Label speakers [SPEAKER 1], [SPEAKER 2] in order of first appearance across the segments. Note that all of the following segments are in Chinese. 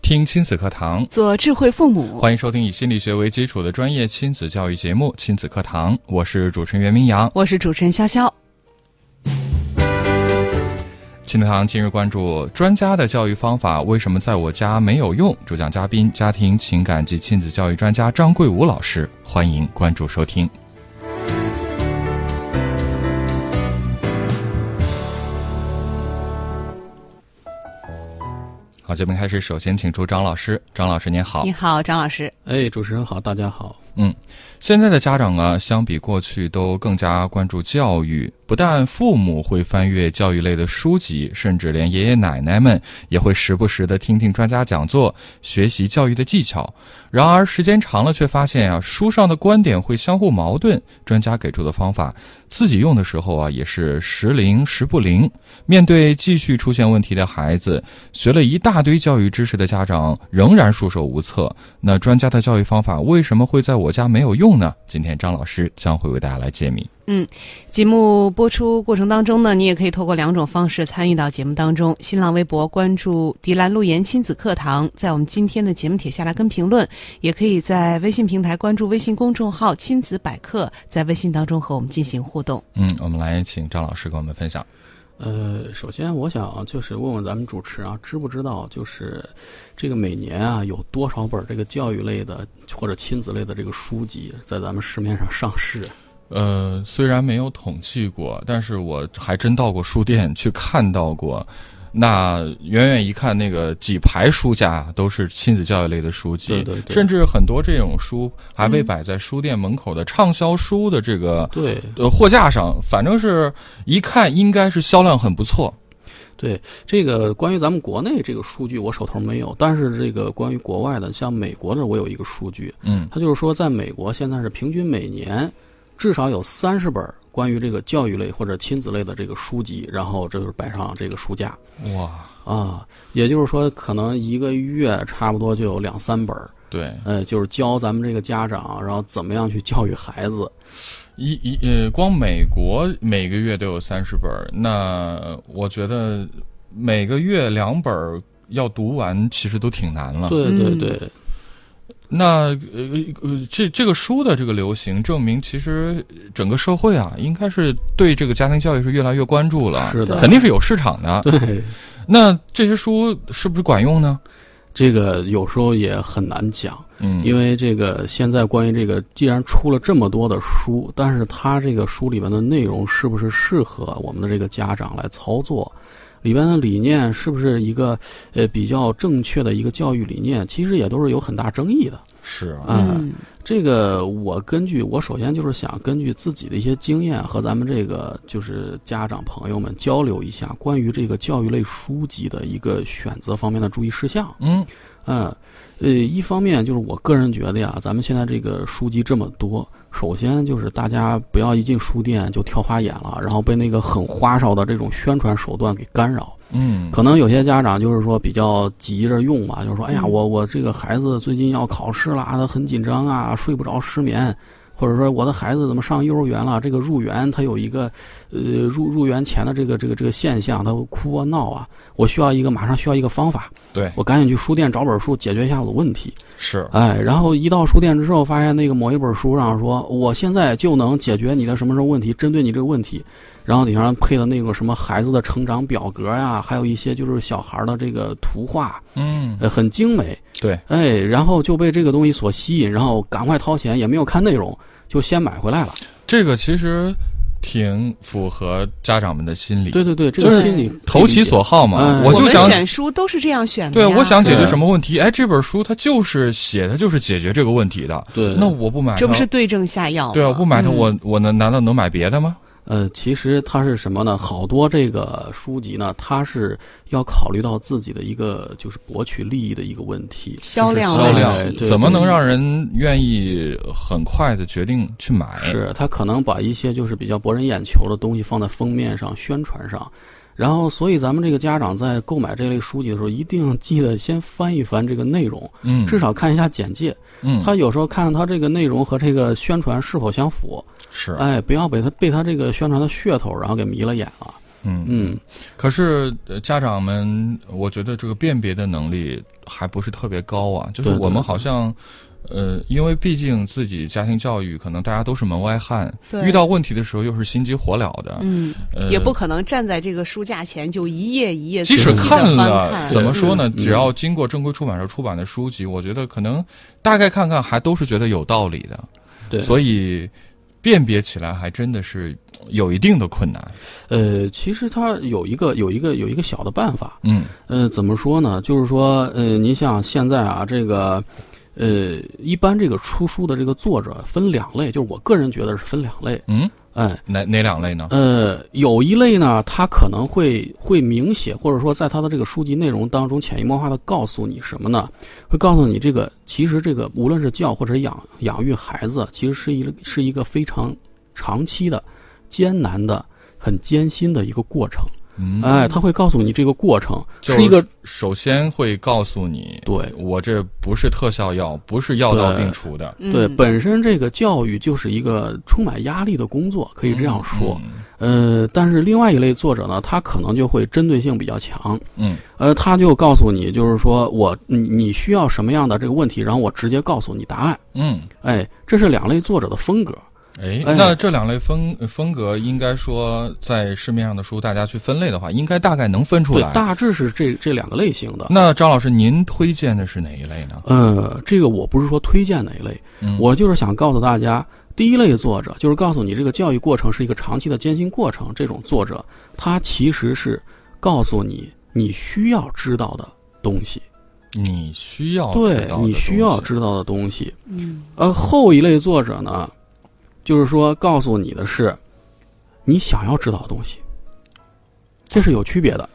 [SPEAKER 1] 听亲子课堂，
[SPEAKER 2] 做智慧父母。
[SPEAKER 1] 欢迎收听以心理学为基础的专业亲子教育节目《亲子课堂》，我是主持人袁明阳。
[SPEAKER 2] 我是主持人潇潇。
[SPEAKER 1] 亲子课堂今日关注：专家的教育方法为什么在我家没有用？主讲嘉宾：家庭情感及亲子教育专家张桂武老师。欢迎关注收听。好，节目开始，首先请出张老师。张老师您好，
[SPEAKER 2] 你好，张老师。
[SPEAKER 3] 哎，主持人好，大家好。
[SPEAKER 1] 现在的家长啊，相比过去都更加关注教育，不但父母会翻阅教育类的书籍，甚至连爷爷奶奶们也会时不时的听听专家讲座，学习教育的技巧。然而时间长了，却发现啊，书上的观点会相互矛盾，专家给出的方法，自己用的时候啊，也是时灵时不灵。面对继续出现问题的孩子，学了一大堆教育知识的家长仍然束手无策，那专家的教育方法为什么会在我家没有用呢？今天张老师将会为大家来揭秘。
[SPEAKER 2] 节目播出过程当中呢，你也可以透过两种方式参与到节目当中：新浪微博关注“迪兰路言亲子课堂”，在我们今天的节目帖下来跟评论；也可以在微信平台关注微信公众号“亲子百科”，在微信当中和我们进行互动。
[SPEAKER 1] 嗯，我们来请张老师跟我们分享。
[SPEAKER 3] 呃，首先我想啊就是问问咱们主持啊，知不知道就是这个每年啊有多少本这个教育类的或者亲子类的这个书籍在咱们市面上上市？
[SPEAKER 1] 呃，虽然没有统计过，但是我还真到过书店去看到过。那远远一看，那个几排书架都是亲子教育类的书籍，
[SPEAKER 3] 对对对
[SPEAKER 1] 甚至很多这种书还被摆在书店门口的畅销书的这个、
[SPEAKER 3] 对
[SPEAKER 1] 呃货架上，反正是一看应该是销量很不错。
[SPEAKER 3] 对，这个关于咱们国内这个数据我手头没有，但是这个关于国外的，像美国的我有一个数据，
[SPEAKER 1] 嗯
[SPEAKER 3] 它就是说在美国现在是平均每年至少有三十本关于这个教育类或者亲子类的这个书籍，然后这就是摆上这个书架。
[SPEAKER 1] 哇，
[SPEAKER 3] 啊，也就是说，可能一个月差不多就有两三本儿，
[SPEAKER 1] 对，
[SPEAKER 3] 呃，就是教咱们这个家长，然后怎么样去教育孩子。
[SPEAKER 1] 一一呃，光美国每个月都有三十本儿，那我觉得每个月两本儿要读完，其实都挺难了。
[SPEAKER 3] 对对
[SPEAKER 2] 嗯
[SPEAKER 3] 对，
[SPEAKER 1] 那呃呃，这这个书的这个流行，证明其实整个社会啊，应该是对这个家庭教育是越来越关注了，
[SPEAKER 3] 是的
[SPEAKER 1] 肯定是有市场的。
[SPEAKER 3] 对，
[SPEAKER 1] 那这些书是不是管用呢？
[SPEAKER 3] 这个有时候也很难讲，
[SPEAKER 1] 嗯，
[SPEAKER 3] 因为这个现在关于这个，既然出了这么多的书，但是它这个书里面的内容是不是适合我们的这个家长来操作？里边的理念是不是一个呃比较正确的一个教育理念？其实也都是有很大争议的。
[SPEAKER 1] 是啊，
[SPEAKER 3] 啊
[SPEAKER 2] 嗯
[SPEAKER 3] 这个我根据我首先就是想根据自己的一些经验和咱们这个就是家长朋友们交流一下关于这个教育类书籍的一个选择方面的注意事项。
[SPEAKER 1] 嗯
[SPEAKER 3] 嗯，呃，一方面就是我个人觉得呀，咱们现在这个书籍这么多，首先就是大家不要一进书店就挑花眼了，然后被那个很花哨的这种宣传手段给干扰。
[SPEAKER 1] 嗯，
[SPEAKER 3] 可能有些家长就是说比较急着用吧，就是说，哎呀，
[SPEAKER 2] 嗯
[SPEAKER 3] 我我这个孩子最近要考试了，他很紧张啊，睡不着，失眠，或者说我的孩子怎么上幼儿园了？这个入园他有一个，呃，入入园前的这个这个这个现象，他会哭啊闹啊，我需要一个马上需要一个方法，
[SPEAKER 1] 对，
[SPEAKER 3] 我赶紧去书店找本书解决一下我的问题。
[SPEAKER 1] 是
[SPEAKER 3] 哎，然后一到书店之后，发现那个某一本书上说，我现在就能解决你的什么什么问题，针对你这个问题，然后顶上配的那个什么孩子的成长表格呀、还有一些就是小孩儿的这个图画，
[SPEAKER 1] 嗯，
[SPEAKER 3] 呃，很精美，
[SPEAKER 1] 对，
[SPEAKER 3] 哎，然后就被这个东西所吸引，然后赶快掏钱，也没有看内容，就先买回来了。
[SPEAKER 1] 这个其实挺符合家长们的心理，
[SPEAKER 3] 对对对，这
[SPEAKER 1] 就是
[SPEAKER 3] 个心理
[SPEAKER 1] 投其所好嘛，
[SPEAKER 3] 哎
[SPEAKER 1] 我
[SPEAKER 2] 我
[SPEAKER 1] 就
[SPEAKER 2] 们
[SPEAKER 1] 想。
[SPEAKER 2] 选书都是这样选的
[SPEAKER 1] 对，
[SPEAKER 2] 呀。
[SPEAKER 1] 我想解决
[SPEAKER 3] 对
[SPEAKER 1] 什么问题？哎，这本书它就是写，它就是解决这个问题的。
[SPEAKER 3] 对，
[SPEAKER 1] 那我不买它，
[SPEAKER 2] 这不是对症下药吗？
[SPEAKER 1] 对啊，我不买它，
[SPEAKER 2] 嗯
[SPEAKER 1] 我我能难道能买别的吗？
[SPEAKER 3] 呃，其实它是什么呢？好多这个书籍呢，它是要考虑到自己的一个就是博取利益的一个问题。
[SPEAKER 2] 销量
[SPEAKER 1] 销
[SPEAKER 2] 问
[SPEAKER 1] 量
[SPEAKER 3] 哎
[SPEAKER 2] 题
[SPEAKER 3] 对
[SPEAKER 1] 怎么能让人愿意很快的决定去买？
[SPEAKER 3] 是他可能把一些就是比较博人眼球的东西放在封面上、宣传上，然后所以咱们这个家长在购买这类书籍的时候，一定记得先翻一翻这个内容，
[SPEAKER 1] 嗯，
[SPEAKER 3] 至少看一下简介。
[SPEAKER 1] 嗯，
[SPEAKER 3] 他有时候看他这个内容和这个宣传是否相符，
[SPEAKER 1] 是
[SPEAKER 3] 哎，不要被他被他这个宣传的噱头然后给迷了眼了。
[SPEAKER 1] 嗯
[SPEAKER 3] 嗯，
[SPEAKER 1] 可是呃家长们，我觉得这个辨别的能力还不是特别高啊。就是
[SPEAKER 3] 对对
[SPEAKER 1] 我们好像，呃，因为毕竟自己家庭教育，可能大家都是门外汉，
[SPEAKER 2] 对
[SPEAKER 1] 遇到问题的时候又是心急火燎的，
[SPEAKER 2] 嗯，
[SPEAKER 1] 呃，
[SPEAKER 2] 也不可能站在这个书架前就一页一页
[SPEAKER 1] 即使
[SPEAKER 2] 仔细地
[SPEAKER 1] 看
[SPEAKER 2] 翻
[SPEAKER 1] 了，
[SPEAKER 2] 看
[SPEAKER 1] 怎么说呢？
[SPEAKER 3] 嗯
[SPEAKER 1] 只要经过正规出版社出版的书籍，我觉得可能大概看看，还都是觉得有道理的。
[SPEAKER 3] 对。
[SPEAKER 1] 所以辨别起来还真的是有一定的困难。
[SPEAKER 3] 呃，其实它有一个有一个有一个小的办法，
[SPEAKER 1] 嗯
[SPEAKER 3] 呃，怎么说呢？就是说，呃，你想现在啊，这个，呃，一般这个出书的这个作者分两类，就是我个人觉得是分两类，
[SPEAKER 1] 嗯，
[SPEAKER 3] 哎，
[SPEAKER 1] 哪哪两类呢？
[SPEAKER 3] 呃，有一类呢，他可能会会明写，或者说在他的这个书籍内容当中潜移默化的告诉你什么呢？会告诉你这个，其实这个无论是教或者养养育孩子，其实是一个是一个非常长期的、艰难的、很艰辛的一个过程。
[SPEAKER 1] 嗯，
[SPEAKER 3] 哎，他会告诉你这个过程
[SPEAKER 1] 就是
[SPEAKER 3] 一个
[SPEAKER 1] 首先会告诉你，
[SPEAKER 3] 对
[SPEAKER 1] 我这不是特效药，不是药到病除的，
[SPEAKER 2] 嗯
[SPEAKER 3] 对，本身这个教育就是一个充满压力的工作，可以这样说。
[SPEAKER 1] 嗯
[SPEAKER 3] 呃，但是另外一类作者呢，他可能就会针对性比较强。
[SPEAKER 1] 嗯。嗯，
[SPEAKER 3] 呃，他就告诉你，就是说我你你需要什么样的这个问题，然后我直接告诉你答案。
[SPEAKER 1] 嗯，
[SPEAKER 3] 哎，这是两类作者的风格。
[SPEAKER 1] 哎，
[SPEAKER 3] 哎
[SPEAKER 1] 那这两类风风格，应该说在市面上的书，大家去分类的话，应该大概能分出
[SPEAKER 3] 对
[SPEAKER 1] 来，。
[SPEAKER 3] 大致是这这两个类型的。
[SPEAKER 1] 那张老师，您推荐的是哪一类呢？
[SPEAKER 3] 呃，这个我不是说推荐哪一类，
[SPEAKER 1] 嗯
[SPEAKER 3] 我就是想告诉大家，第一类作者就是告诉你这个教育过程是一个长期的艰辛过程，这种作者他其实是告诉你你需要知道的东西，
[SPEAKER 1] 你需要哦知
[SPEAKER 3] 对
[SPEAKER 1] 道的
[SPEAKER 3] 你需要
[SPEAKER 1] 东西
[SPEAKER 3] 知道的东西。
[SPEAKER 2] 嗯
[SPEAKER 3] 呃，后一类作者呢，就是说告诉你的是你想要知道的东西，这是有区别的。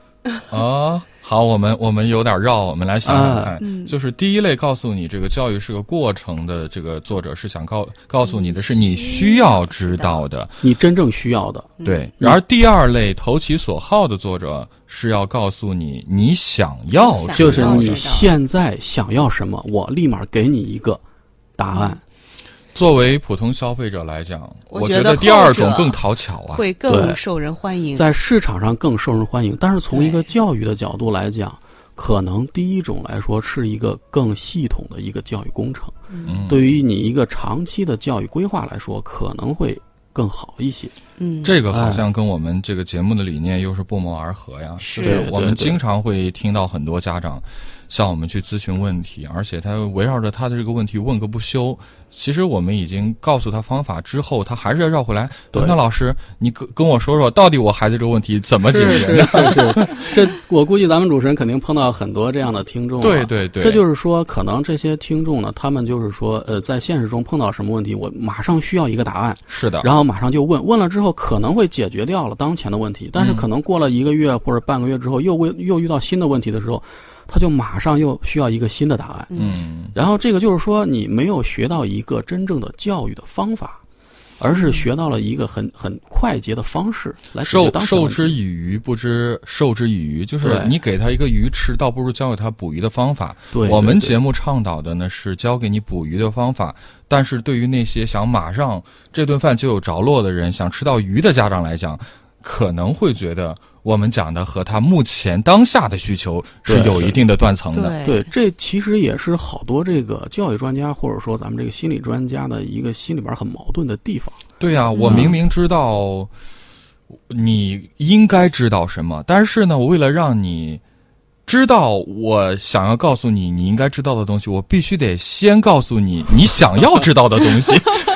[SPEAKER 1] 啊。好，我们我们有点绕，我们来想想看。
[SPEAKER 2] 嗯
[SPEAKER 1] 就是第一类告诉你这个教育是个过程的，这个作者是想告告诉你的是你需要知道的，
[SPEAKER 3] 你真正需要的，
[SPEAKER 1] 对。然而第二类投其所好的作者是要告诉你你想要知道的，
[SPEAKER 2] 想
[SPEAKER 3] 就是
[SPEAKER 2] 要知
[SPEAKER 3] 你
[SPEAKER 2] 道
[SPEAKER 3] 现在想要什么，我立马给你一个答
[SPEAKER 2] 嗯
[SPEAKER 3] 案。
[SPEAKER 1] 作为普通消费者来讲，
[SPEAKER 2] 我
[SPEAKER 1] 我
[SPEAKER 2] 觉
[SPEAKER 1] 觉
[SPEAKER 2] 得
[SPEAKER 1] 得第二
[SPEAKER 2] 后者
[SPEAKER 1] 种更讨巧啊。
[SPEAKER 2] 会更
[SPEAKER 3] 对
[SPEAKER 2] 受人欢迎。
[SPEAKER 3] 在市场上更受人欢迎，但是从
[SPEAKER 2] 对
[SPEAKER 3] 一个教育的角度来讲，可能第一种来说是一个更系统的一个教育工程，
[SPEAKER 1] 嗯，
[SPEAKER 3] 对于你一个长期的教育规划来说，可能会更好一些。
[SPEAKER 2] 嗯，
[SPEAKER 1] 这个好像跟我们这个节目的理念又是不谋而合呀。
[SPEAKER 2] 是
[SPEAKER 1] 就是我们
[SPEAKER 3] 哎对对对
[SPEAKER 1] 经常会听到很多家长向我们去咨询问题，而且他围绕着他的这个问题问个不休。其实我们已经告诉他方法之后，他还是要绕回来。
[SPEAKER 3] 对
[SPEAKER 1] 那老师，你跟跟我说说，到底我孩子这个问题怎么解
[SPEAKER 3] 是
[SPEAKER 1] 决
[SPEAKER 3] 是
[SPEAKER 1] 的？
[SPEAKER 3] 是是，这我估计咱们主持人肯定碰到很多这样的听众、啊。
[SPEAKER 1] 对对对，
[SPEAKER 3] 这就是说，可能这些听众呢，他们就是说，呃，在现实中碰到什么问题，我马上需要一个答案，
[SPEAKER 1] 是的。
[SPEAKER 3] 然后马上就问，问了之后可能会解决掉了当前的问题，但是
[SPEAKER 1] 嗯
[SPEAKER 3] 可能过了一个月或者半个月之后，又为又遇到新的问题的时候，他就马上又需要一个新的答案。
[SPEAKER 1] 嗯，
[SPEAKER 3] 然后这个就是说，你没有学到一个真正的教育的方法，而是学到了一个很很快捷的方式来解决
[SPEAKER 1] 授
[SPEAKER 3] 当前的
[SPEAKER 1] 授
[SPEAKER 3] 问题
[SPEAKER 1] 之以鱼，不知授之以渔，就是
[SPEAKER 3] 对
[SPEAKER 1] 你给他一个鱼吃，倒不如教给他捕鱼的方法。
[SPEAKER 3] 对
[SPEAKER 1] 我们
[SPEAKER 3] 对对
[SPEAKER 1] 节目倡导的呢是教给你捕鱼的方法，但是对于那些想马上这顿饭就有着落的人，想吃到鱼的家长来讲，可能会觉得我们讲的和他目前当下的需求是
[SPEAKER 3] 对
[SPEAKER 1] 有一定的断层的。
[SPEAKER 2] 对
[SPEAKER 3] 对，这其实也是好多这个教育专家或者说咱们这个心理专家的一个心里边很矛盾的地方。
[SPEAKER 1] 对呀、
[SPEAKER 3] 嗯
[SPEAKER 1] 我明明知道你应该知道什么，但是呢，我为了让你。知道我想要告诉你你应该知道的东西，我必须得先告诉你你想要知道的东西，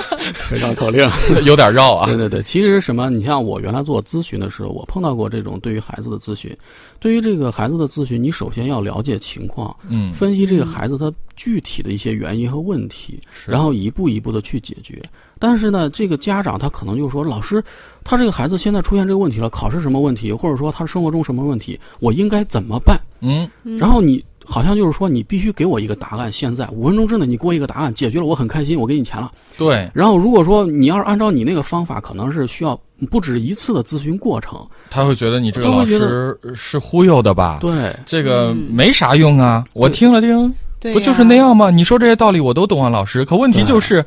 [SPEAKER 3] 绕口令。
[SPEAKER 1] 有点绕啊
[SPEAKER 3] 对。对对，其实什么？你像我原来做咨询的时候，我碰到过这种对于孩子的咨询。对于这个孩子的咨询，你首先要了解情况，
[SPEAKER 1] 嗯，
[SPEAKER 3] 分析这个孩子他具体的一些原因和问题，
[SPEAKER 1] 是
[SPEAKER 3] 然后一步一步的去解决。但是呢，这个家长他可能就说，老师，他这个孩子现在出现这个问题了，考试什么问题，或者说他生活中什么问题，我应该怎么办？
[SPEAKER 1] 嗯，
[SPEAKER 3] 然后你好像就是说，你必须给我一个答案，现在五分钟之内你给我一个答案，解决了我很开心，我给你钱了。
[SPEAKER 1] 对，
[SPEAKER 3] 然后如果说你要是按照你那个方法，可能是需要不止一次的咨询过程，
[SPEAKER 1] 他会觉得你这个
[SPEAKER 3] 他
[SPEAKER 1] 老
[SPEAKER 3] 会觉
[SPEAKER 1] 师是忽悠的吧？，
[SPEAKER 3] 对。
[SPEAKER 1] 这个没啥用啊，我听了听。
[SPEAKER 2] 对
[SPEAKER 1] 不就是那样吗？你说这些道理我都懂啊，老师。可问题就是，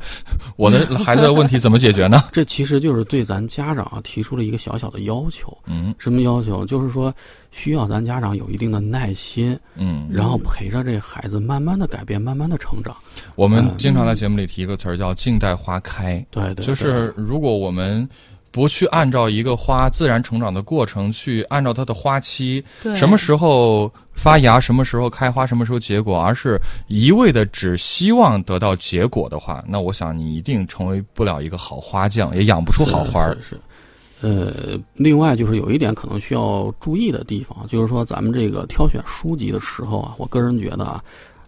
[SPEAKER 1] 我的孩子的问题怎么解决呢？
[SPEAKER 3] 这其实就是对咱家长啊提出了一个小小的要求，
[SPEAKER 1] 嗯
[SPEAKER 3] 什么要求？就是说需要咱家长有一定的耐心，
[SPEAKER 1] 嗯，
[SPEAKER 3] 然后陪着这孩子慢慢的改变，慢慢的成长。
[SPEAKER 1] 我们经常在节目里提一个词儿叫“静待花开”。
[SPEAKER 3] 对对，
[SPEAKER 1] 就是如果我们不去按照一个花自然成长的过程去按照它的花期，
[SPEAKER 2] 对
[SPEAKER 1] 什么时候发芽，什么时候开花，什么时候结果，而是一味的只希望得到结果的话，那我想你一定成为不了一个好花匠，也养不出
[SPEAKER 3] 对
[SPEAKER 1] 好花儿
[SPEAKER 3] 是。是。呃，另外就是有一点可能需要注意的地方，就是说咱们这个挑选书籍的时候啊，我个人觉得啊，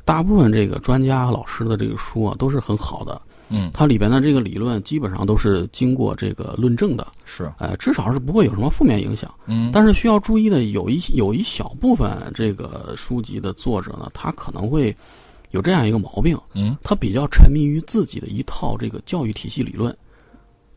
[SPEAKER 3] 大部分这个专家老师的这个书啊都是很好的，
[SPEAKER 1] 嗯，
[SPEAKER 3] 它里边的这个理论基本上都是经过这个论证的，
[SPEAKER 1] 是，
[SPEAKER 3] 呃，至少是不会有什么负面影响。
[SPEAKER 1] 嗯，
[SPEAKER 3] 但是需要注意的有一有一小部分这个书籍的作者呢，他可能会有这样一个毛病，
[SPEAKER 1] 嗯，
[SPEAKER 3] 他比较沉迷于自己的一套这个教育体系理论，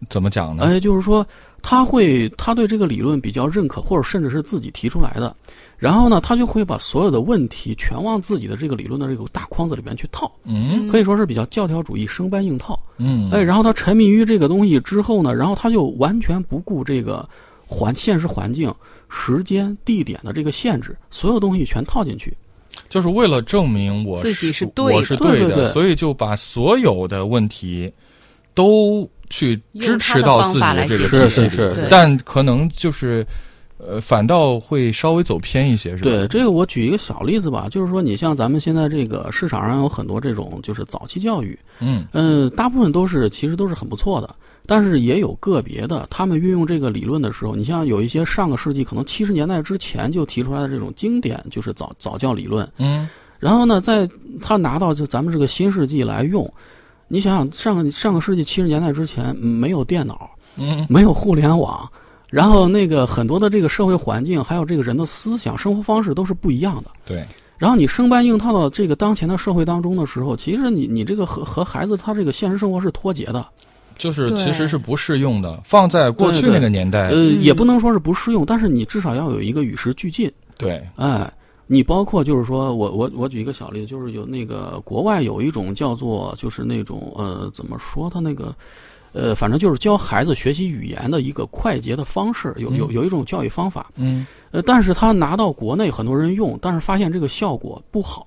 [SPEAKER 1] 怎么讲呢？
[SPEAKER 2] 呃
[SPEAKER 3] 哎，就是说他会他对这个理论比较认可，或者甚至是自己提出来的，然后呢，他就会把所有的问题全往自己的这个理论的这个大框子里边去套，
[SPEAKER 1] 嗯
[SPEAKER 3] 可以说是比较教条主义、生搬硬套。
[SPEAKER 1] 嗯，
[SPEAKER 2] 呃
[SPEAKER 3] 哎，然后他沉迷于这个东西之后呢，然后他就完全不顾这个环现实环境、时间、地点的这个限制，所有东西全套进去。
[SPEAKER 1] 就是为了证明我
[SPEAKER 2] 自己
[SPEAKER 1] 是
[SPEAKER 2] 是对
[SPEAKER 1] 我
[SPEAKER 2] 的
[SPEAKER 1] 是
[SPEAKER 3] 对
[SPEAKER 1] 对
[SPEAKER 3] 对对
[SPEAKER 1] 所以就把所有的问题都去支持到自己的这个
[SPEAKER 2] 用他的方法来解决
[SPEAKER 1] 体系里
[SPEAKER 3] 是是是
[SPEAKER 1] 但可能就是，呃，反倒会稍微走偏一些，是吧？
[SPEAKER 3] 对，这个我举一个小例子吧，就是说你像咱们现在这个市场上有很多这种就是早期教育，
[SPEAKER 1] 嗯
[SPEAKER 3] 嗯，大部分都是其实都是很不错的，但是也有个别的，他们运用这个理论的时候，你像有一些上个世纪可能七十年代之前就提出来的这种经典就是早早教理论，
[SPEAKER 1] 嗯，
[SPEAKER 3] 然后呢，在他拿到就咱们这个新世纪来用，你想想上个上个世纪七十年代之前嗯没有电脑，
[SPEAKER 1] 嗯，
[SPEAKER 3] 没有互联网，然后那个很多的这个社会环境，还有这个人的思想、生活方式都是不一样的。
[SPEAKER 1] 对，
[SPEAKER 3] 然后你生搬硬套到这个当前的社会当中的时候，其实你你这个和和孩子他这个现实生活是脱节的，
[SPEAKER 1] 就是
[SPEAKER 2] 对
[SPEAKER 1] 其实是不适用的，放在过去
[SPEAKER 3] 对对
[SPEAKER 1] 那个年代，
[SPEAKER 3] 呃，也不能说是不适用，但是你至少要有一个与时俱进。
[SPEAKER 1] 对，
[SPEAKER 3] 哎，你包括就是说我我我举一个小例子，就是有那个国外有一种叫做就是那种呃怎么说他那个。呃，反正就是教孩子学习语言的一个快捷的方式，有有有一种教育方法，
[SPEAKER 1] 嗯
[SPEAKER 3] 呃，但是他拿到国内很多人用，但是发现这个效果不好，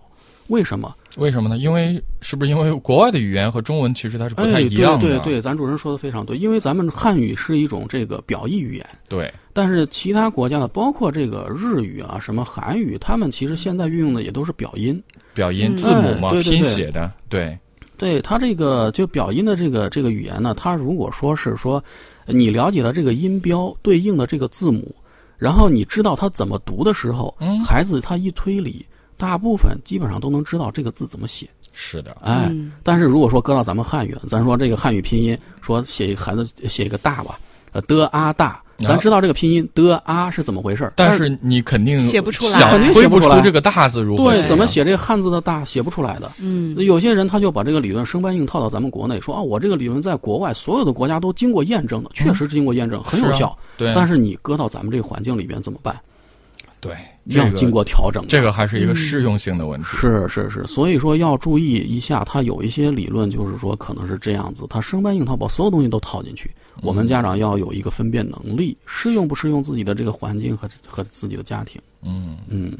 [SPEAKER 3] 为什么？
[SPEAKER 1] 为什么呢？因为是不是因为国外的语言和中文其实它是不太
[SPEAKER 3] 哎，
[SPEAKER 1] 一样的？
[SPEAKER 3] 对对对，咱主持人说的非常对，因为咱们汉语是一种这个表意语言，
[SPEAKER 1] 对
[SPEAKER 3] 但是其他国家的，包括这个日语啊、什么韩语，他们其实现在运用的也都是表音。
[SPEAKER 1] 表音
[SPEAKER 2] 嗯
[SPEAKER 1] 字母嘛，
[SPEAKER 3] 哎对对对
[SPEAKER 1] 拼写的，对，
[SPEAKER 3] 对它这个就表音的这个这个语言呢，它如果说是说你了解了这个音标对应的这个字母，然后你知道它怎么读的时候，
[SPEAKER 1] 嗯
[SPEAKER 3] 孩子他一推理，大部分基本上都能知道这个字怎么写。
[SPEAKER 1] 是的，
[SPEAKER 3] 哎，
[SPEAKER 2] 嗯
[SPEAKER 3] 但是如果说搁到咱们汉语，咱说这个汉语拼音，说写一孩子写一个大吧，呃的啊大，咱知道这个拼音的啊是怎么回事儿，
[SPEAKER 1] 但是你肯定
[SPEAKER 2] 写不出来
[SPEAKER 1] 想
[SPEAKER 3] 肯定写
[SPEAKER 1] 推
[SPEAKER 3] 不
[SPEAKER 1] 不
[SPEAKER 3] 出来
[SPEAKER 1] 这个大字如何
[SPEAKER 3] 对
[SPEAKER 1] 呢
[SPEAKER 3] 怎么？写这个汉字的大写不出来的。
[SPEAKER 2] 嗯，
[SPEAKER 3] 有些人他就把这个理论生搬硬套到咱们国内，说啊，我这个理论在国外所有的国家都经过验证的，确实经过验证，很
[SPEAKER 1] 嗯
[SPEAKER 3] 有
[SPEAKER 1] 是啊
[SPEAKER 3] 效。
[SPEAKER 1] 对，
[SPEAKER 3] 但
[SPEAKER 1] 是
[SPEAKER 3] 是你搁到咱们这个环境里边怎么办？
[SPEAKER 1] 对
[SPEAKER 3] 要
[SPEAKER 1] 这
[SPEAKER 3] 经
[SPEAKER 1] 个
[SPEAKER 3] 过嗯调整的。
[SPEAKER 1] 这个还是一个适用性的问题。
[SPEAKER 3] 是是是，所以说要注意一下，它有一些理论就是说可能是这样子，它生搬硬套，把所有东西都套进去。
[SPEAKER 1] 嗯
[SPEAKER 3] 我们家长要有一个分辨能力，适用不适用自己的这个环境和和自己的家庭。
[SPEAKER 1] 嗯，
[SPEAKER 3] 嗯，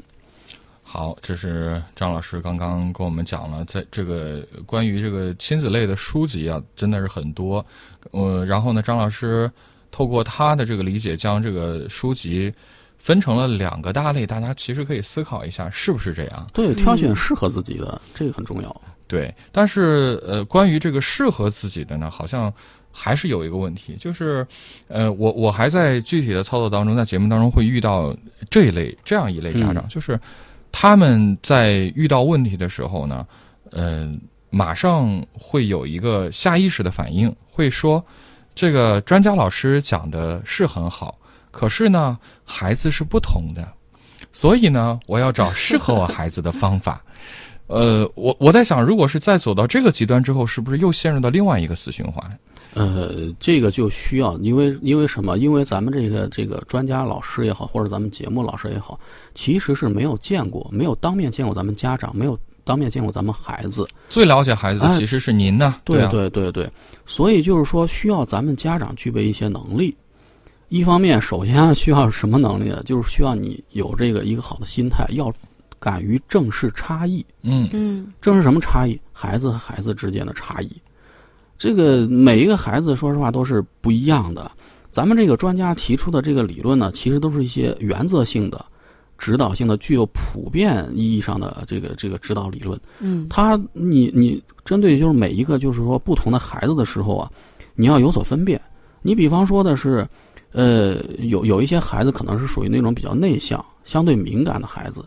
[SPEAKER 1] 好，这是张老师刚刚跟我们讲了，在这个呃关于这个亲子类的书籍啊，真的是很多。呃，然后呢，张老师透过他的这个理解，将这个书籍分成了两个大类，大家其实可以思考一下，是不是这样？
[SPEAKER 3] 对，挑
[SPEAKER 1] 嗯
[SPEAKER 3] 选适合自己的，这个很重要。
[SPEAKER 1] 对，但是呃，关于这个适合自己的呢，好像还是有一个问题，就是呃，我我还在具体的操作当中，在节目当中会遇到这一类这样一类家长，就是他们在遇到问题的时候呢，呃，马上会有一个下意识的反应，会说这个专家老师讲的是很好，可是呢，孩子是不同的，所以呢，我要找适合我孩子的方法。呃，我我在想，如果是再走到这个极端之后，是不是又陷入到另外一个死循环？
[SPEAKER 3] 呃，这个就需要，因为因为什么？因为咱们这个这个专家老师也好，或者咱们节目老师也好，其实是没有见过，没有当面见过咱们家长，没有当面见过咱们孩子。
[SPEAKER 1] 最了解孩子的
[SPEAKER 3] 哎
[SPEAKER 1] 其实是您呢，啊，
[SPEAKER 3] 对对对，所以就是说，需要咱们家长具备一些能力。一方面，首先啊需要什么能力呢？就是需要你有这个一个好的心态，要敢于正视差异。
[SPEAKER 1] 嗯，
[SPEAKER 2] 嗯
[SPEAKER 3] 正是什么差异？孩子和孩子之间的差异。这个每一个孩子，说实话都是不一样的。咱们这个专家提出的这个理论呢，其实都是一些原则性的、指导性的、具有普遍意义上的这个这个指导理论。
[SPEAKER 2] 嗯
[SPEAKER 3] 他，你你针对就是每一个就是说不同的孩子的时候啊，你要有所分辨。你比方说的是，呃，有有一些孩子可能是属于那种比较内向、相对敏感的孩子，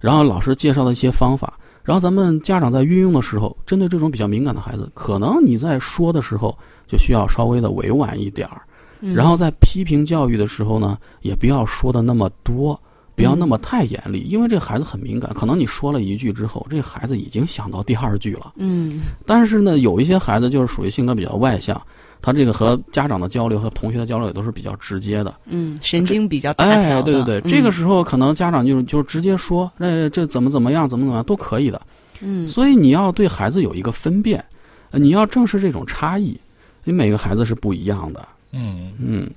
[SPEAKER 3] 然后老师介绍的一些方法，然后咱们家长在运用的时候，针对这种比较敏感的孩子，可能你在说的时候就需要稍微的委婉一点儿，
[SPEAKER 2] 嗯，
[SPEAKER 3] 然后在批评教育的时候呢，也不要说的那么多，不要那么太严厉，因为这孩子很敏感，可能你说了一句之后，这孩子已经想到第二句了。
[SPEAKER 2] 嗯
[SPEAKER 3] 但是呢，有一些孩子就是属于性格比较外向，他这个和家长的交流和同学的交流也都是比较直接的。
[SPEAKER 2] 嗯，神经比较大条
[SPEAKER 3] 哎，
[SPEAKER 2] 的嗯
[SPEAKER 3] 对对对，这个时候可能家长就是就是直接说，哎，这怎么怎么样，怎么怎么样都可以的。
[SPEAKER 2] 嗯
[SPEAKER 3] 所以你要对孩子有一个分辨，呃你要正视这种差异，你每个孩子是不一样的。
[SPEAKER 1] 嗯，
[SPEAKER 3] 嗯，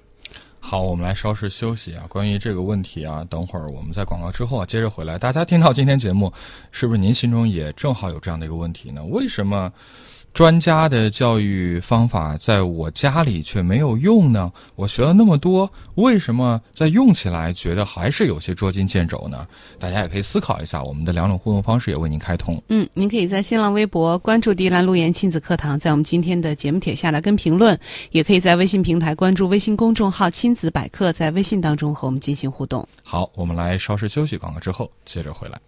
[SPEAKER 1] 好，我们来稍事休息啊。关于这个问题啊，等会儿我们在广告之后啊，接着回来。大家听到今天节目，是不是您心中也正好有这样的一个问题呢？为什么专家的教育方法在我家里却没有用呢？我学了那么多，为什么在用起来觉得还是有些捉襟见肘呢？大家也可以思考一下，我们的两种互动方式也为您开通。
[SPEAKER 2] 嗯，您可以在新浪微博关注“迪兰路言亲子课堂”，在我们今天的节目帖下来跟评论，也可以在微信平台关注微信公众号“亲子百科”，在微信当中和我们进行互动。
[SPEAKER 1] 好，我们来稍事休息，广告之后接着回来。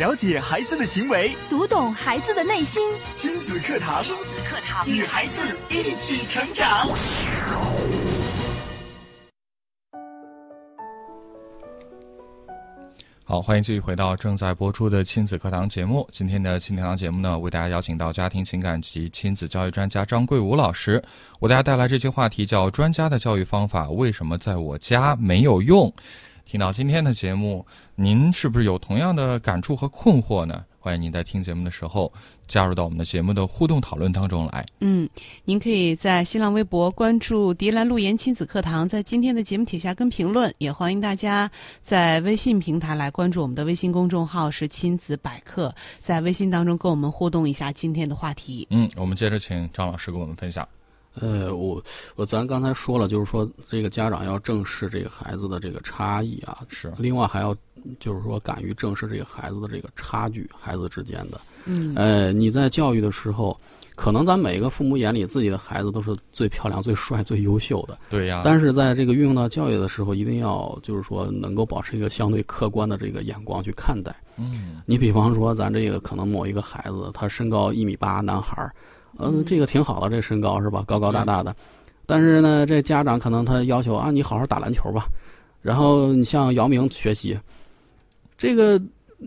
[SPEAKER 4] 了解孩子的行为，
[SPEAKER 5] 读懂孩子的内心。
[SPEAKER 4] 亲子课堂，
[SPEAKER 5] 课堂
[SPEAKER 4] 与孩子一起成长。
[SPEAKER 1] 好，欢迎继续回到正在播出的亲子课堂节目。今天的亲子课堂节目呢，为大家邀请到家庭情感及亲子教育专家张桂武老师，为大家带来这期话题叫“专家的教育方法为什么在我家没有用”。听到今天的节目，您是不是有同样的感触和困惑呢？欢迎您在听节目的时候加入到我们的节目的互动讨论当中来。
[SPEAKER 2] 嗯，您可以在新浪微博关注“迪兰路言亲子课堂”，在今天的节目帖下跟评论，也欢迎大家在微信平台来关注我们的微信公众号是“亲子百科”，在微信当中跟我们互动一下今天的话题。
[SPEAKER 1] 嗯，我们接着请张老师给我们分享。
[SPEAKER 3] 呃，我我咱刚才说了，就是说这个家长要正视这个孩子的这个差异啊，
[SPEAKER 1] 是
[SPEAKER 3] 另外还要就是说敢于正视这个孩子的这个差距，孩子之间的。
[SPEAKER 2] 嗯
[SPEAKER 3] 呃，你在教育的时候，可能咱每个父母眼里自己的孩子都是最漂亮、最帅、最优秀的，
[SPEAKER 1] 对呀，
[SPEAKER 3] 但是在这个运用到教育的时候，一定要就是说能够保持一个相对客观的这个眼光去看待。
[SPEAKER 1] 嗯，
[SPEAKER 3] 你比方说，咱这个可能某一个孩子，他身高一米八，男孩儿，嗯、这个挺好的，这身高是吧？高高大大的。但是呢，这家长可能他要求啊，你好好打篮球吧，然后你向姚明学习。这个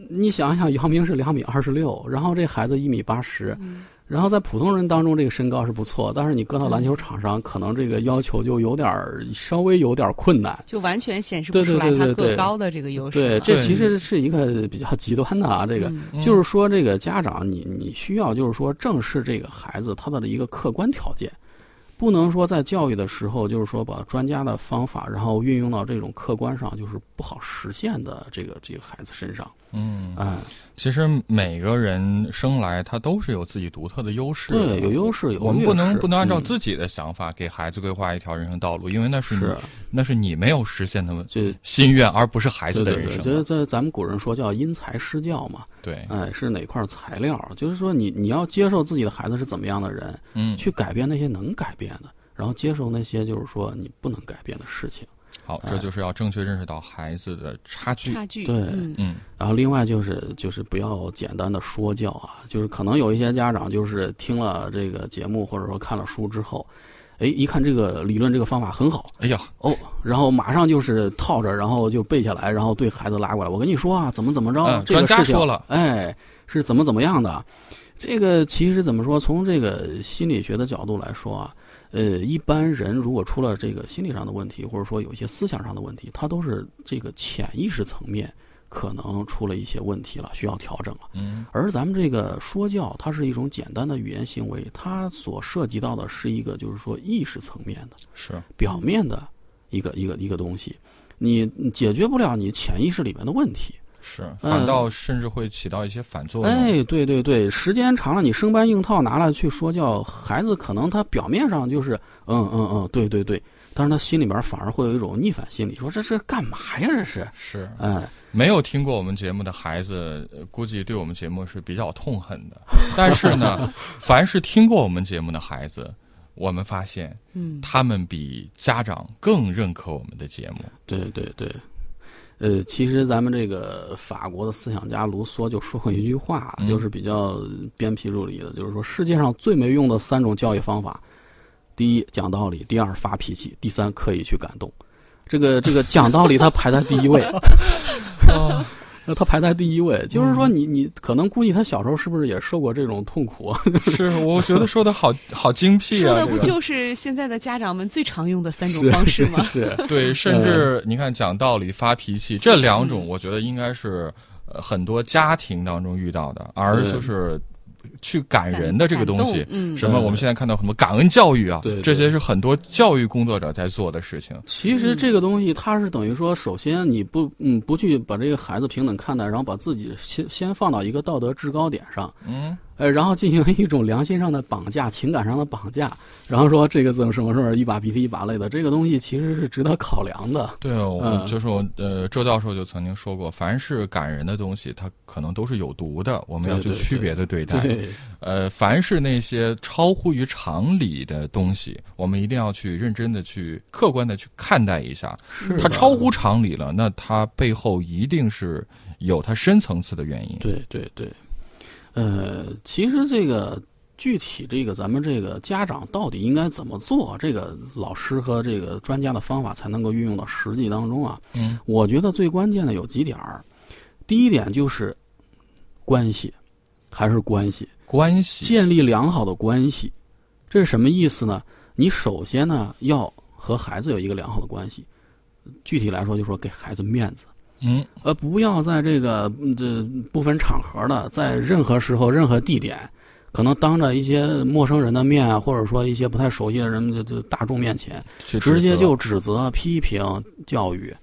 [SPEAKER 3] 你想想，姚明是两米二十六，然后这孩子一米八十、然后在普通人当中这个身高是不错，但是你搁到篮球场上，可能这个要求就有点儿稍微有点儿困难。
[SPEAKER 2] 就完全显示
[SPEAKER 3] 对
[SPEAKER 2] 不出
[SPEAKER 3] 对
[SPEAKER 2] 来
[SPEAKER 3] 对
[SPEAKER 2] 他
[SPEAKER 3] 对对
[SPEAKER 2] 个高的这个优势
[SPEAKER 3] 对，
[SPEAKER 2] 了。
[SPEAKER 3] 这
[SPEAKER 1] 对
[SPEAKER 3] 其实是一个比较极端的啊，这个。
[SPEAKER 2] 嗯
[SPEAKER 3] 就是说，这个家长你你需要就是说正视这个孩子他的一个客观条件，不能说在教育的时候就是说把专家的方法，然后运用到这种客观上，就是不好实现的这个这个孩子身上。
[SPEAKER 1] 嗯。
[SPEAKER 3] 哎，
[SPEAKER 1] 其实每个人生来他都是有自己独特的优势的，
[SPEAKER 3] 对，有优势有嗯
[SPEAKER 1] 我们不能不能按照
[SPEAKER 3] 己
[SPEAKER 1] 自己的想法给孩子规划一条人生道路，因为那是你
[SPEAKER 3] 是
[SPEAKER 1] 那是你没有实现的
[SPEAKER 3] 这。
[SPEAKER 1] 心愿，而不是孩子
[SPEAKER 3] 对
[SPEAKER 1] 的
[SPEAKER 3] 对
[SPEAKER 1] 人生。
[SPEAKER 3] 对，这这咱们古人说叫因材施教嘛，
[SPEAKER 1] 对
[SPEAKER 3] 哎，是哪块材料？就是说你你要接受自己的孩子是怎么样的人，
[SPEAKER 1] 嗯，
[SPEAKER 3] 去改变那些能改变的，然后接受那些就是说你不能改变的事情。
[SPEAKER 1] 好，这就是要正确认识到孩子的差距。
[SPEAKER 2] 差距，
[SPEAKER 3] 对
[SPEAKER 2] 嗯，
[SPEAKER 1] 嗯，
[SPEAKER 3] 然后另外就是就是不要简单的说教啊，就是可能有一些家长就是听了这个节目或者说看了书之后，哎，一看这个理论这个方法很好
[SPEAKER 1] 哎呀，
[SPEAKER 3] 哦，然后马上就是套着，然后就背下来，然后对孩子拉过来，我跟你说啊，怎么怎么着，
[SPEAKER 1] 嗯
[SPEAKER 3] 这个事
[SPEAKER 1] 专家
[SPEAKER 3] 情
[SPEAKER 1] 说了
[SPEAKER 3] 哎，是怎么怎么样的。这个其实怎么说？从这个心理学的角度来说啊，呃，一般人如果出了这个心理上的问题，或者说有一些思想上的问题，他都是这个潜意识层面可能出了一些问题了，需要调整了。
[SPEAKER 1] 嗯，
[SPEAKER 3] 而咱们这个说教，它是一种简单的语言行为，它所涉及到的是一个就是说意识层面的。
[SPEAKER 1] 是，
[SPEAKER 3] 表面的一个一个一个东西，你解决不了你潜意识里面的问题。
[SPEAKER 1] 是，
[SPEAKER 3] 嗯
[SPEAKER 1] 反倒甚至会起到一些反作用。
[SPEAKER 3] 哎，对对对，时间长了，你生搬硬套拿来去说教，孩子可能他表面上就是嗯嗯嗯，对对对，但是他心里边反而会有一种逆反心理，说这是干嘛呀？这是，
[SPEAKER 1] 是
[SPEAKER 3] 哎，
[SPEAKER 1] 没有听过我们节目的孩子，呃估计对我们节目是比较痛恨的。 但是呢，凡是听过我们节目的孩子，我们发现
[SPEAKER 2] 嗯，
[SPEAKER 1] 他们比家长更认可我们的节 目。
[SPEAKER 3] 对对对。呃，其实咱们这个法国的思想家卢梭就说过一句话，
[SPEAKER 1] 嗯
[SPEAKER 3] 就是比较鞭辟入里的，就是说世界上最没用的三种教育方法：第一，讲道理；第二，发脾气；第三，刻意去感动。这个这个讲道理，它排在第一 位，哦它排在第一位。就是说你，你可能估计他小时候是不是也受过这种痛苦？
[SPEAKER 1] 是，我觉得说的好好精辟
[SPEAKER 2] 说
[SPEAKER 1] 啊！
[SPEAKER 2] 的
[SPEAKER 1] 这
[SPEAKER 2] 不
[SPEAKER 1] 个
[SPEAKER 2] 就是现在的家长们最常用的三种方式吗？
[SPEAKER 3] 是，
[SPEAKER 2] 嗯
[SPEAKER 1] 对，甚至你看讲道理、发脾气这两种，我觉得应该是呃很多家庭当中遇到的，而
[SPEAKER 3] 对
[SPEAKER 1] 就是去 感人的这个东西
[SPEAKER 2] 感动。嗯，
[SPEAKER 1] 什么？
[SPEAKER 3] 嗯
[SPEAKER 1] 我们现在看到很多感恩教育啊，
[SPEAKER 3] 对对
[SPEAKER 1] 这些是很多教育工作者在做的事情。
[SPEAKER 3] 其实这个东西，它是等于说，首先你不，嗯，不去把这个孩子平等看待，然后把自己先先放到一个道德制高点上，
[SPEAKER 1] 嗯，
[SPEAKER 3] 呃，然后进行一种良心上的绑架、情感上的绑架，然后说这个怎么什么什么一把鼻涕一把泪的，这个东西其实是值得考量的。
[SPEAKER 1] 对哦，我
[SPEAKER 3] 嗯
[SPEAKER 1] 就是我呃，周教授就曾经说过，凡是感人的东西，它可能都是有毒的，我们要去
[SPEAKER 3] 对对对
[SPEAKER 1] 区别的对待。
[SPEAKER 3] 对，
[SPEAKER 1] 呃，凡是那些超乎于常理的东西，我们一定要去认真的去、客观的去看待一下。
[SPEAKER 3] 是
[SPEAKER 1] 它
[SPEAKER 3] 的
[SPEAKER 1] 超乎常理了，那它背后一定是有它深层次的原因。
[SPEAKER 3] 对对对，呃，其实这个具体这个咱们这个家长到底应该怎么做，这个老师和这个专家的方法才能够运用到实际当中啊。
[SPEAKER 1] 嗯，
[SPEAKER 3] 我觉得最关键的有几点儿，第一点就是关系，还是关系，
[SPEAKER 1] 关系
[SPEAKER 3] 建立良好的关系，这是什么意思呢？你首先呢要和孩子有一个良好的关系，具体来说就是说给孩子面子。
[SPEAKER 1] 嗯，
[SPEAKER 3] 呃，不要在这个嗯这不分场合的，在任何时候、任何地点，可能当着一些陌生人的面啊，或者说一些不太熟悉的人的这大众面前，
[SPEAKER 1] 去
[SPEAKER 3] 直接
[SPEAKER 1] 指责
[SPEAKER 3] 就指责、批评、教育。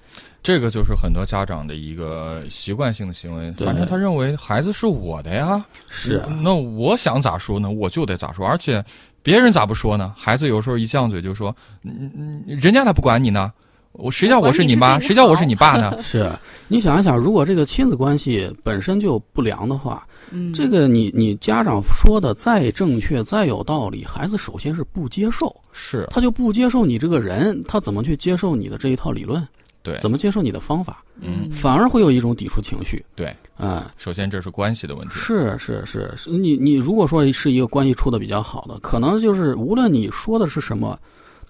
[SPEAKER 1] 这个就是很多家长的一个习惯性的行为。
[SPEAKER 3] 对
[SPEAKER 1] 反正他认为孩子是我的呀，
[SPEAKER 3] 是啊
[SPEAKER 1] 我那我想咋说呢，我就得咋说，而且别人咋不说呢？孩子有时候一犟嘴就说，嗯嗯，人家咋不管你呢？我谁叫我是你妈？
[SPEAKER 2] 我管你是对你
[SPEAKER 1] 谁叫我是你爸呢？
[SPEAKER 3] 是，你想一想，如果这个亲子关系本身就不良的话，
[SPEAKER 2] 嗯，
[SPEAKER 3] 这个你你家长说的再正确、再有道理，孩子首先是不接受，
[SPEAKER 1] 是
[SPEAKER 3] 他就不接受你这个人，他怎么去接受你的这一套理论？
[SPEAKER 1] 对，
[SPEAKER 3] 怎么接受你的方法？
[SPEAKER 1] 嗯
[SPEAKER 3] 反而会有一种抵触情绪。
[SPEAKER 1] 对，
[SPEAKER 3] 哎、
[SPEAKER 1] 首先这是关系的问题。
[SPEAKER 3] 是是是是，你你如果说是一个关系处的比较好的，可能就是无论你说的是什么，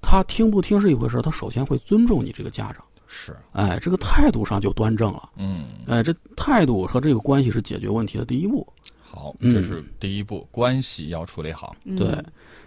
[SPEAKER 3] 他听不听是一回事儿，他首先会尊重你这个家长，
[SPEAKER 1] 是，
[SPEAKER 3] 哎，这个态度上就端正了，
[SPEAKER 1] 嗯，
[SPEAKER 3] 哎，这态度和这个关系是解决问题的第一步。
[SPEAKER 1] 好，
[SPEAKER 3] 嗯
[SPEAKER 1] 这是第一步，关系要处理好。
[SPEAKER 2] 嗯
[SPEAKER 3] 对，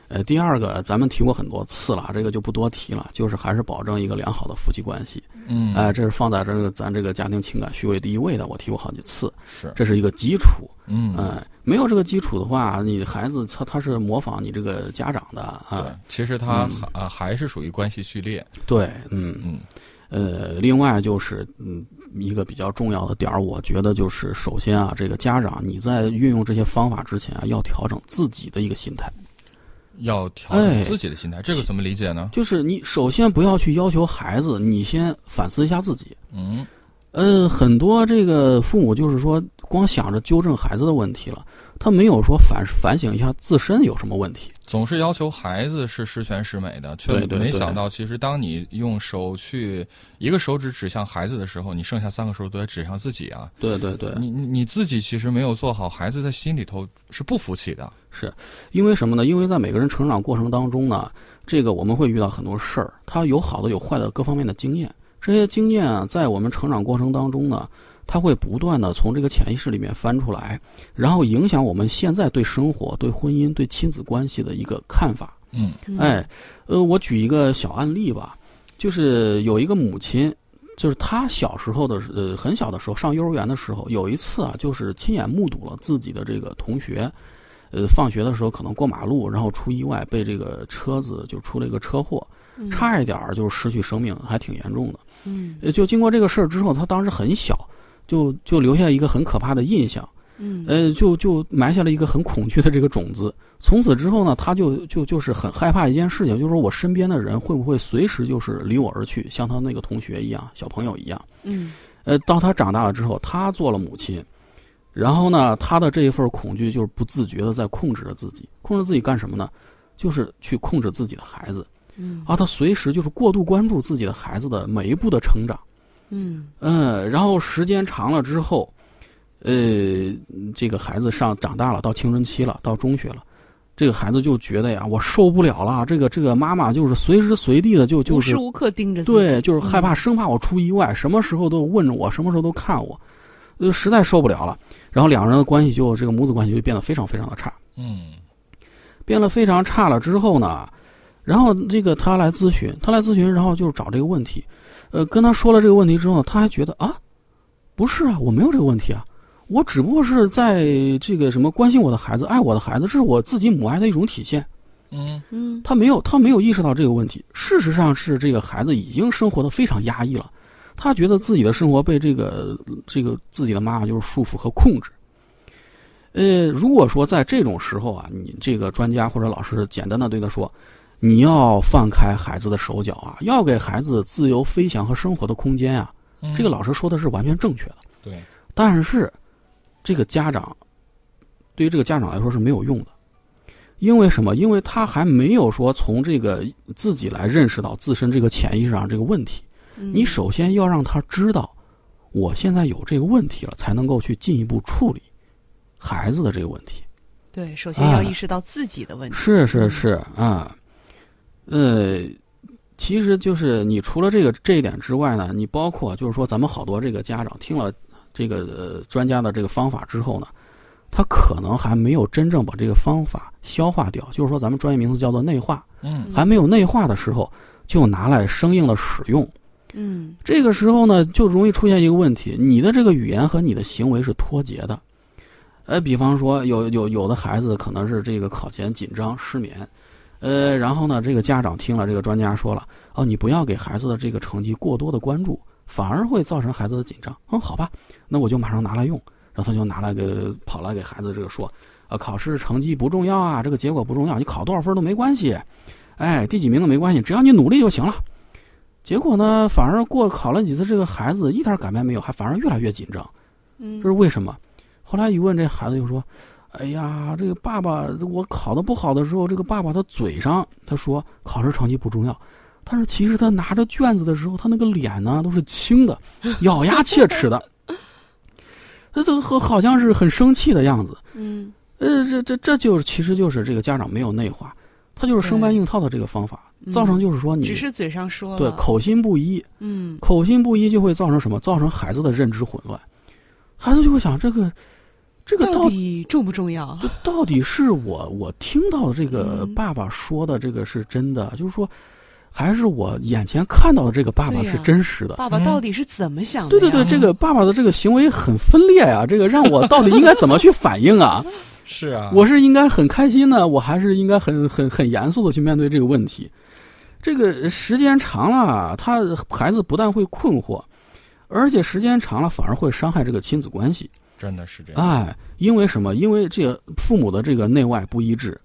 [SPEAKER 3] 呃，第二个咱们提过很多次了，这个就不多提了，就是还是保证一个良好的夫妻关系，
[SPEAKER 1] 嗯，
[SPEAKER 3] 哎，这是放在这个咱这个家庭情感序位第一位的，我提过好几次，
[SPEAKER 1] 是，
[SPEAKER 3] 这是一个基础。
[SPEAKER 1] 嗯，
[SPEAKER 3] 哎，没有这个基础的话，你孩子他他是模仿你这个家长的
[SPEAKER 1] 对
[SPEAKER 3] 啊。，
[SPEAKER 1] 其实它
[SPEAKER 3] 嗯
[SPEAKER 1] 还啊还是属于关系序列。
[SPEAKER 3] 对，嗯，
[SPEAKER 1] 嗯，
[SPEAKER 3] 呃，另外就是，嗯，一个比较重要的点儿，我觉得就是，首先啊，这个家长你在运用这些方法之前啊，要调整自己的一个心态，
[SPEAKER 1] 要调整
[SPEAKER 3] 哎
[SPEAKER 1] 自己的心态，这个怎么理解呢？
[SPEAKER 3] 就是你首先不要去要求孩子，你先反思一下自己。
[SPEAKER 1] 嗯，
[SPEAKER 3] 呃，很多这个父母就是说光想着纠正孩子的问题了，他没有说反反省一下自身有什么问题。
[SPEAKER 1] 总是要求孩子是十全十美的，却
[SPEAKER 3] 对对
[SPEAKER 1] 没
[SPEAKER 3] 对
[SPEAKER 1] 想到，其实当你用手去一个手指指向孩子的时候，你剩下三个手指都在指向自己啊。
[SPEAKER 3] 对对对，
[SPEAKER 1] 你你你自己其实没有做好，孩子在心里头是不服气的。
[SPEAKER 3] 是因为什么呢？因为在每个人成长过程当中呢，这个我们会遇到很多事儿，它有好的有坏的各方面的经验。这些经验啊，在我们成长过程当中呢，它会不断的从这个潜意识里面翻出来，然后影响我们现在对生活、对婚姻、对亲子关系的一个看法。
[SPEAKER 1] 嗯
[SPEAKER 2] 嗯，
[SPEAKER 3] 哎，呃，我举一个小案例吧，就是有一个母亲，就是她小时候的时呃很小的时候上幼儿园的时候，有一次啊，就是亲眼目睹了自己的这个同学，呃，放学的时候可能过马路，然后出意外被这个车子就出了一个车祸，
[SPEAKER 2] 嗯，
[SPEAKER 3] 差一点儿就是失去生命，还挺严重的。
[SPEAKER 2] 嗯
[SPEAKER 3] 呃，就经过这个事儿之后，她当时很小，就就留下一个很可怕的印象。
[SPEAKER 2] 嗯，
[SPEAKER 3] 呃，就就埋下了一个很恐惧的这个种子。从此之后呢，他就就就是很害怕一件事情，就是说我身边的人会不会随时就是离我而去，像他那个同学一样，小朋友一样。
[SPEAKER 2] 嗯
[SPEAKER 3] 呃，到他长大了之后，他做了母亲，然后呢，他的这一份恐惧就是不自觉的在控制着自己，控制自己干什么呢？就是去控制自己的孩子
[SPEAKER 2] 嗯
[SPEAKER 3] 啊，他随时就是过度关注自己的孩子的每一步的成长。
[SPEAKER 2] 嗯
[SPEAKER 3] 嗯，然后时间长了之后，呃，这个孩子上长大了，到青春期了，到中学了，这个孩子就觉得呀，我受不了了，这个这个妈妈就是随时随地的就就
[SPEAKER 2] 无
[SPEAKER 3] 是
[SPEAKER 2] 时无刻盯着自己，嗯
[SPEAKER 3] 对，就是害怕，生怕我出意外，什么时候都问着我，什么时候都看我，呃，实在受不了了。然后两人的关系就这个母子关系就变得非常非常的差。
[SPEAKER 1] 嗯，
[SPEAKER 3] 变得非常差了之后呢，然后这个他来咨询，他来咨询，然后就是找这个问题，呃，跟他说了这个问题之后呢，他还觉得啊，不是啊，我没有这个问题啊，我只不过是在这个什么关心我的孩子、爱我的孩子，这是我自己母爱的一种体现。
[SPEAKER 1] 嗯，
[SPEAKER 2] 嗯
[SPEAKER 3] 他没有，他没有意识到这个问题。事实上是这个孩子已经生活的非常压抑了，他觉得自己的生活被这个这个自己的妈妈就是束缚和控制。呃，如果说在这种时候啊，你这个专家或者老师简单的对他说，你要放开孩子的手脚啊，要给孩子自由飞翔和生活的空间啊，
[SPEAKER 1] 嗯
[SPEAKER 3] 这个老师说的是完全正确的。
[SPEAKER 1] 对，
[SPEAKER 3] 但是，这个家长对于这个家长来说是没有用的，因为什么？因为他还没有说从这个自己来认识到自身这个潜意识上这个问题。
[SPEAKER 2] 嗯
[SPEAKER 3] 你首先要让他知道，我现在有这个问题了，才能够去进一步处理孩子的这个问题。
[SPEAKER 2] 对，首先要
[SPEAKER 3] 啊
[SPEAKER 2] 意识到自己的问题，
[SPEAKER 3] 是是是啊，呃，其实就是你除了这个这一点之外呢，你包括就是说咱们好多这个家长听了这个呃专家的这个方法之后呢，他可能还没有真正把这个方法消化掉，就是说咱们专业名词叫做内化，
[SPEAKER 1] 嗯
[SPEAKER 3] 还没有内化的时候就拿来生硬的使用。
[SPEAKER 2] 嗯
[SPEAKER 3] 这个时候呢，就容易出现一个问题，你的这个语言和你的行为是脱节的。呃，比方说有有有的孩子可能是这个考前紧张失眠，呃，然后呢，这个家长听了这个专家说了，哦，你不要给孩子的这个成绩过多的关注，反而会造成孩子的紧张。嗯，好吧，那我就马上拿来用，然后他就拿来给跑来给孩子这个说，啊，考试成绩不重要啊，这个结果不重要，你考多少分都没关系，哎，第几名都没关系，只要你努力就行了。结果呢，反而过考了几次，这个孩子一点改变没有，还反而越来越紧张，这
[SPEAKER 2] 嗯
[SPEAKER 3] 是为什么？后来一问，这孩子就说：“哎呀，这个爸爸，我考的不好的时候，这个爸爸他嘴上他说考试成绩不重要，但是其实他拿着卷子的时候，他那个脸呢都是青的，咬牙切齿的， 他都好好像是很生气的样子。
[SPEAKER 2] 嗯
[SPEAKER 3] 呃，这这这就是其实就是这个家长没有内化，他就是生搬硬套的这个方法，
[SPEAKER 2] 嗯
[SPEAKER 3] 造成就是说你
[SPEAKER 2] 只是嘴上说了
[SPEAKER 3] 对口心不一。”
[SPEAKER 2] 嗯
[SPEAKER 3] 口心不一就会造成什么？造成孩子的认知混乱，孩子就会想这个，这个
[SPEAKER 2] 到
[SPEAKER 3] 到
[SPEAKER 2] 底重不重要？
[SPEAKER 3] 到底是我我听到这个
[SPEAKER 2] 嗯
[SPEAKER 3] 爸爸说的这个是真的，就是说，还是我眼前看到的这个爸爸
[SPEAKER 2] 对呀
[SPEAKER 3] 是真实的？
[SPEAKER 2] 爸爸到底是怎么想的？
[SPEAKER 3] 嗯对对对，，这个爸爸的这个行为很分裂呀、这个让我到底应该怎么去反应啊？
[SPEAKER 1] 是啊，
[SPEAKER 3] 我是应该很开心呢，我还是应该很很很严肃的去面对这个问题。这个时间长了，他孩子不但会困惑，而且时间长了反而会伤害这个亲子关系。
[SPEAKER 1] 真的是这样。
[SPEAKER 3] 哎，因为什么？因为这个父母的这个内外不一致，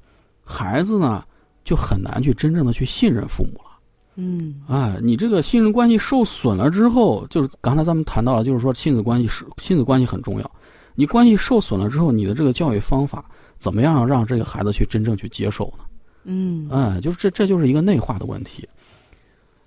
[SPEAKER 3] 孩子呢就很难去真正的去信任父母了。
[SPEAKER 2] 嗯
[SPEAKER 3] 哎，你这个信任关系受损了之后，就是刚才咱们谈到了，就是说亲子关系是亲子关系很重要。你关系受损了之后，你的这个教育方法怎么样让这个孩子去真正去接受呢？
[SPEAKER 2] 嗯
[SPEAKER 3] 哎，就是这这就是一个内化的问题，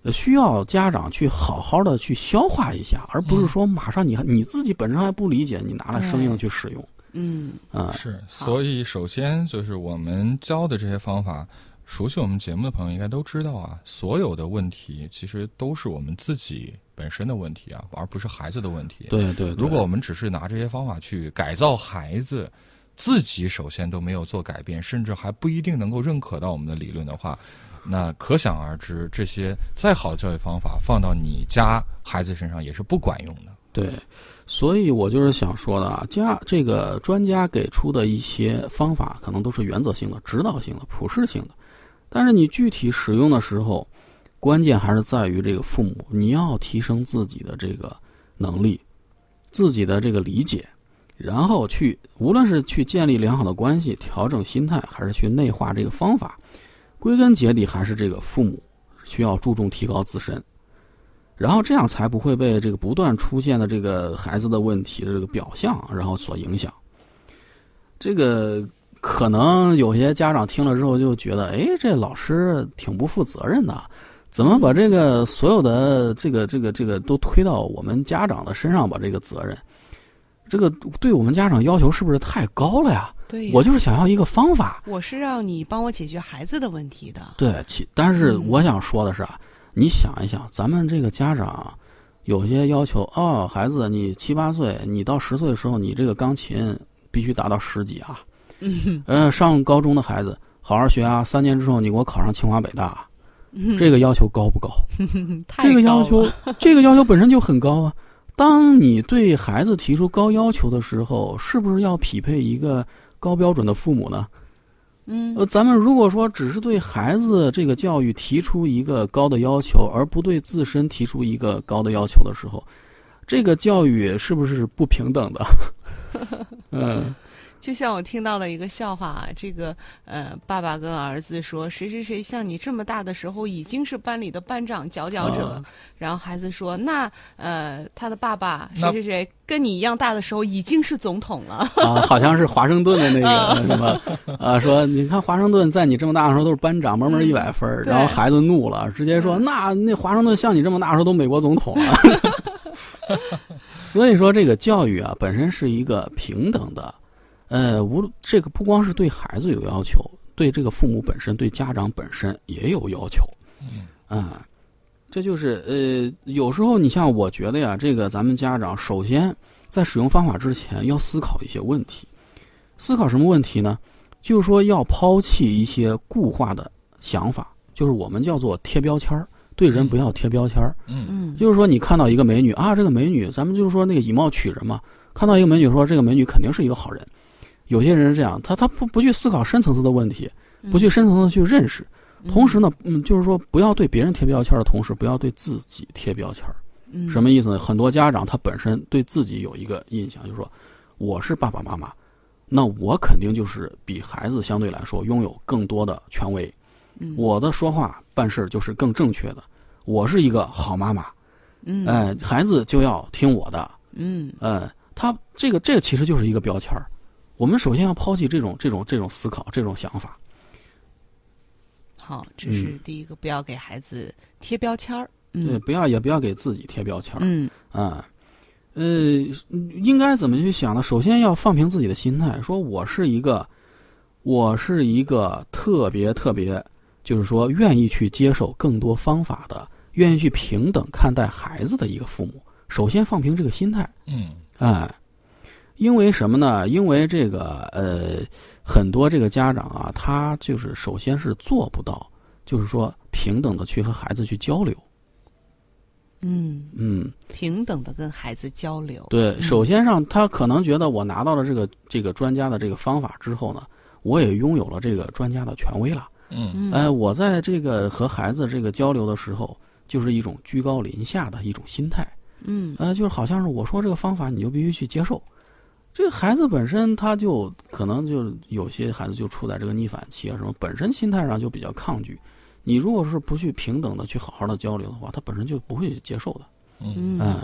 [SPEAKER 3] 呃需要家长去好好的去消化一下，而
[SPEAKER 1] 嗯
[SPEAKER 3] 不是说马上你还你自己本身还不理解，你拿来生硬地去使用
[SPEAKER 2] 嗯，
[SPEAKER 3] 啊、
[SPEAKER 1] 是，所以首先就是我们教的这些方法，熟悉我们节目的朋友应该都知道啊。所有的问题其实都是我们自己本身的问题啊，而不是孩子的问题。，
[SPEAKER 3] 对对对，
[SPEAKER 1] 如果我们只是拿这些方法去改造孩子，自己首先都没有做改变，甚至还不一定能够认可到我们的理论的话，那可想而知，这些再好的教育方法放到你家孩子身上也是不管用的。
[SPEAKER 3] 对，所以我就是想说的啊，家这个专家给出的一些方法，可能都是原则性的、指导性的、普适性的，但是你具体使用的时候，关键还是在于这个父母，你要提升自己的这个能力，自己的这个理解，然后去，无论是去建立良好的关系、调整心态，还是去内化这个方法，归根结底还是这个父母需要注重提高自身。然后这样才不会被这个不断出现的这个孩子的问题的这个表象，然后所影响。这个可能有些家长听了之后就觉得，哎，这老师挺不负责任的，怎么把这个所有的这个这个这个都推到我们家长的身上，把这个责任，这个对我们家长要求是不是太高了呀？
[SPEAKER 2] 对呀，
[SPEAKER 3] 我就是想要一个方法，
[SPEAKER 2] 我是让你帮我解决孩子的问题的。
[SPEAKER 3] 对，其但是
[SPEAKER 2] 嗯
[SPEAKER 3] 我想说的是啊，你想一想，咱们这个家长有些要求哦，孩子，你七八岁，你到十岁的时候，你这个钢琴必须达到十级啊。
[SPEAKER 2] 嗯
[SPEAKER 3] 呃，上高中的孩子，好好学啊，三年之后你给我考上清华北大啊，
[SPEAKER 2] 嗯哼，
[SPEAKER 3] 这个要求高不高？
[SPEAKER 2] 嗯太
[SPEAKER 3] 这个
[SPEAKER 2] 高
[SPEAKER 3] 要
[SPEAKER 2] 了
[SPEAKER 3] 求，这个要求本身就很高啊。当你对孩子提出高要求的时候，是不是要匹配一个高标准的父母呢？
[SPEAKER 2] 嗯
[SPEAKER 3] 呃，咱们如果说只是对孩子这个教育提出一个高的要求，而不对自身提出一个高的要求的时候，这个教育是不是不平等的？嗯，
[SPEAKER 2] 就像我听到的一个笑话啊，这个呃，爸爸跟儿子说，谁谁谁像你这么大的时候已经是班里的班长、佼佼者。
[SPEAKER 3] 啊
[SPEAKER 2] 然后孩子说，那呃，他的爸爸谁
[SPEAKER 1] 那
[SPEAKER 2] 谁谁跟你一样大的时候已经是总统了。
[SPEAKER 3] 啊，好像是华盛顿的那个什么啊，说你看华盛顿在你这么大的时候都是班长，门门一百分儿，
[SPEAKER 2] 对
[SPEAKER 3] 然后孩子怒了，直接说那那华盛顿像你这么大的时候都美国总统了。啊 所以说，这个教育啊，本身是一个平等的，呃，无论这个不光是对孩子有要求，对这个父母本身、对家长本身也有要求。嗯，啊、这就是呃，有时候你像我觉得呀，这个咱们家长首先在使用方法之前要思考一些问题，思考什么问题呢？就是说要抛弃一些固化的想法，就是我们叫做贴标签儿，对人不要贴标签儿。
[SPEAKER 1] 嗯，
[SPEAKER 2] 嗯，
[SPEAKER 3] 就是说，你看到一个美女啊，这个美女，咱们就是说那个以貌取人嘛。看到一个美女说，这个美女肯定是一个好人。有些人是这样，他他不不去思考深层次的问题，不去深层次地去认识。
[SPEAKER 2] 嗯
[SPEAKER 3] 同时呢，嗯，就是说不要对别人贴标签儿的同时，不要对自己贴标签儿。
[SPEAKER 2] 嗯
[SPEAKER 3] 什么意思呢？很多家长他本身对自己有一个印象，就是说我是爸爸妈妈，那我肯定就是比孩子相对来说拥有更多的权威，
[SPEAKER 2] 嗯
[SPEAKER 3] 我的说话办事儿就是更正确的，我是一个好妈妈，
[SPEAKER 2] 嗯
[SPEAKER 3] 哎、孩子就要听我的，
[SPEAKER 2] 嗯
[SPEAKER 3] 呃，他这个这个其实就是一个标签儿。我们首先要抛弃这种这种这种思考这种想法，
[SPEAKER 2] 好，这是第一个，不要给孩子贴标签儿。
[SPEAKER 3] 对，
[SPEAKER 2] 嗯
[SPEAKER 3] 不要也不要给自己贴标签儿。
[SPEAKER 2] 嗯
[SPEAKER 3] 啊，呃，应该怎么去想呢？首先要放平自己的心态，说我是一个，我是一个特别特别，就是说愿意去接受更多方法的，愿意去平等看待孩子的一个父母。首先放平这个心态，
[SPEAKER 1] 嗯，
[SPEAKER 3] 哎，因为什么呢？因为这个呃，很多这个家长啊，他就是首先是做不到，就是说平等的去和孩子去交流，
[SPEAKER 2] 嗯，
[SPEAKER 3] 嗯。
[SPEAKER 2] 平等的跟孩子交流。
[SPEAKER 3] 对，
[SPEAKER 2] 嗯
[SPEAKER 3] 首先让他可能觉得我拿到了这个这个专家的这个方法之后呢，我也拥有了这个专家的权威了。
[SPEAKER 1] 嗯，
[SPEAKER 2] 嗯
[SPEAKER 3] 哎，我在这个和孩子这个交流的时候，就是一种居高临下的一种心态。
[SPEAKER 2] 嗯
[SPEAKER 3] 呃，就是好像是我说这个方法，你就必须去接受。这个孩子本身他就可能就有些孩子就处在这个逆反期啊，什么本身心态上就比较抗拒。你如果是不去平等的去哎好好的交流的话，他本身就不会去接受的。
[SPEAKER 2] 嗯
[SPEAKER 3] 哎、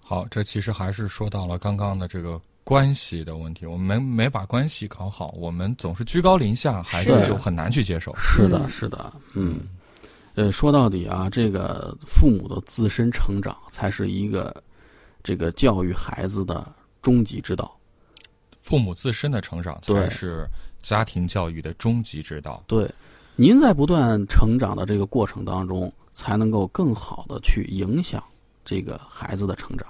[SPEAKER 1] 好，这其实还是说到了刚刚的这个关系的问题，我们没没把关系搞好，我们总是居高临下，孩子
[SPEAKER 3] 是
[SPEAKER 1] 就很难去接受。
[SPEAKER 3] 是的，
[SPEAKER 2] 嗯
[SPEAKER 3] 是的，嗯，呃，说到底啊，这个父母的自身成长才是一个这个教育孩子的终极之道。
[SPEAKER 1] 父母自身的成长才
[SPEAKER 3] 对
[SPEAKER 1] 是家庭教育的终极之道。
[SPEAKER 3] 对，您在不断成长的这个过程当中，才能够更好的去影响这个孩子的成长。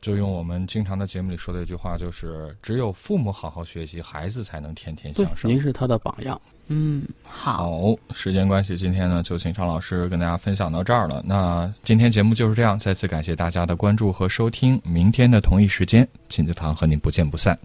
[SPEAKER 1] 就用我们经常的节目里说的一句话，就是只有父母好好学习，孩子才能天天
[SPEAKER 3] 对
[SPEAKER 1] 向，上。
[SPEAKER 3] 您是他的榜样。
[SPEAKER 2] 嗯，好，
[SPEAKER 1] 好，时间关系，今天呢就请邵老师跟大家分享到这儿了。那今天节目就是这样，再次感谢大家的关注和收听，明天的同一时间，亲子堂和您不见不散。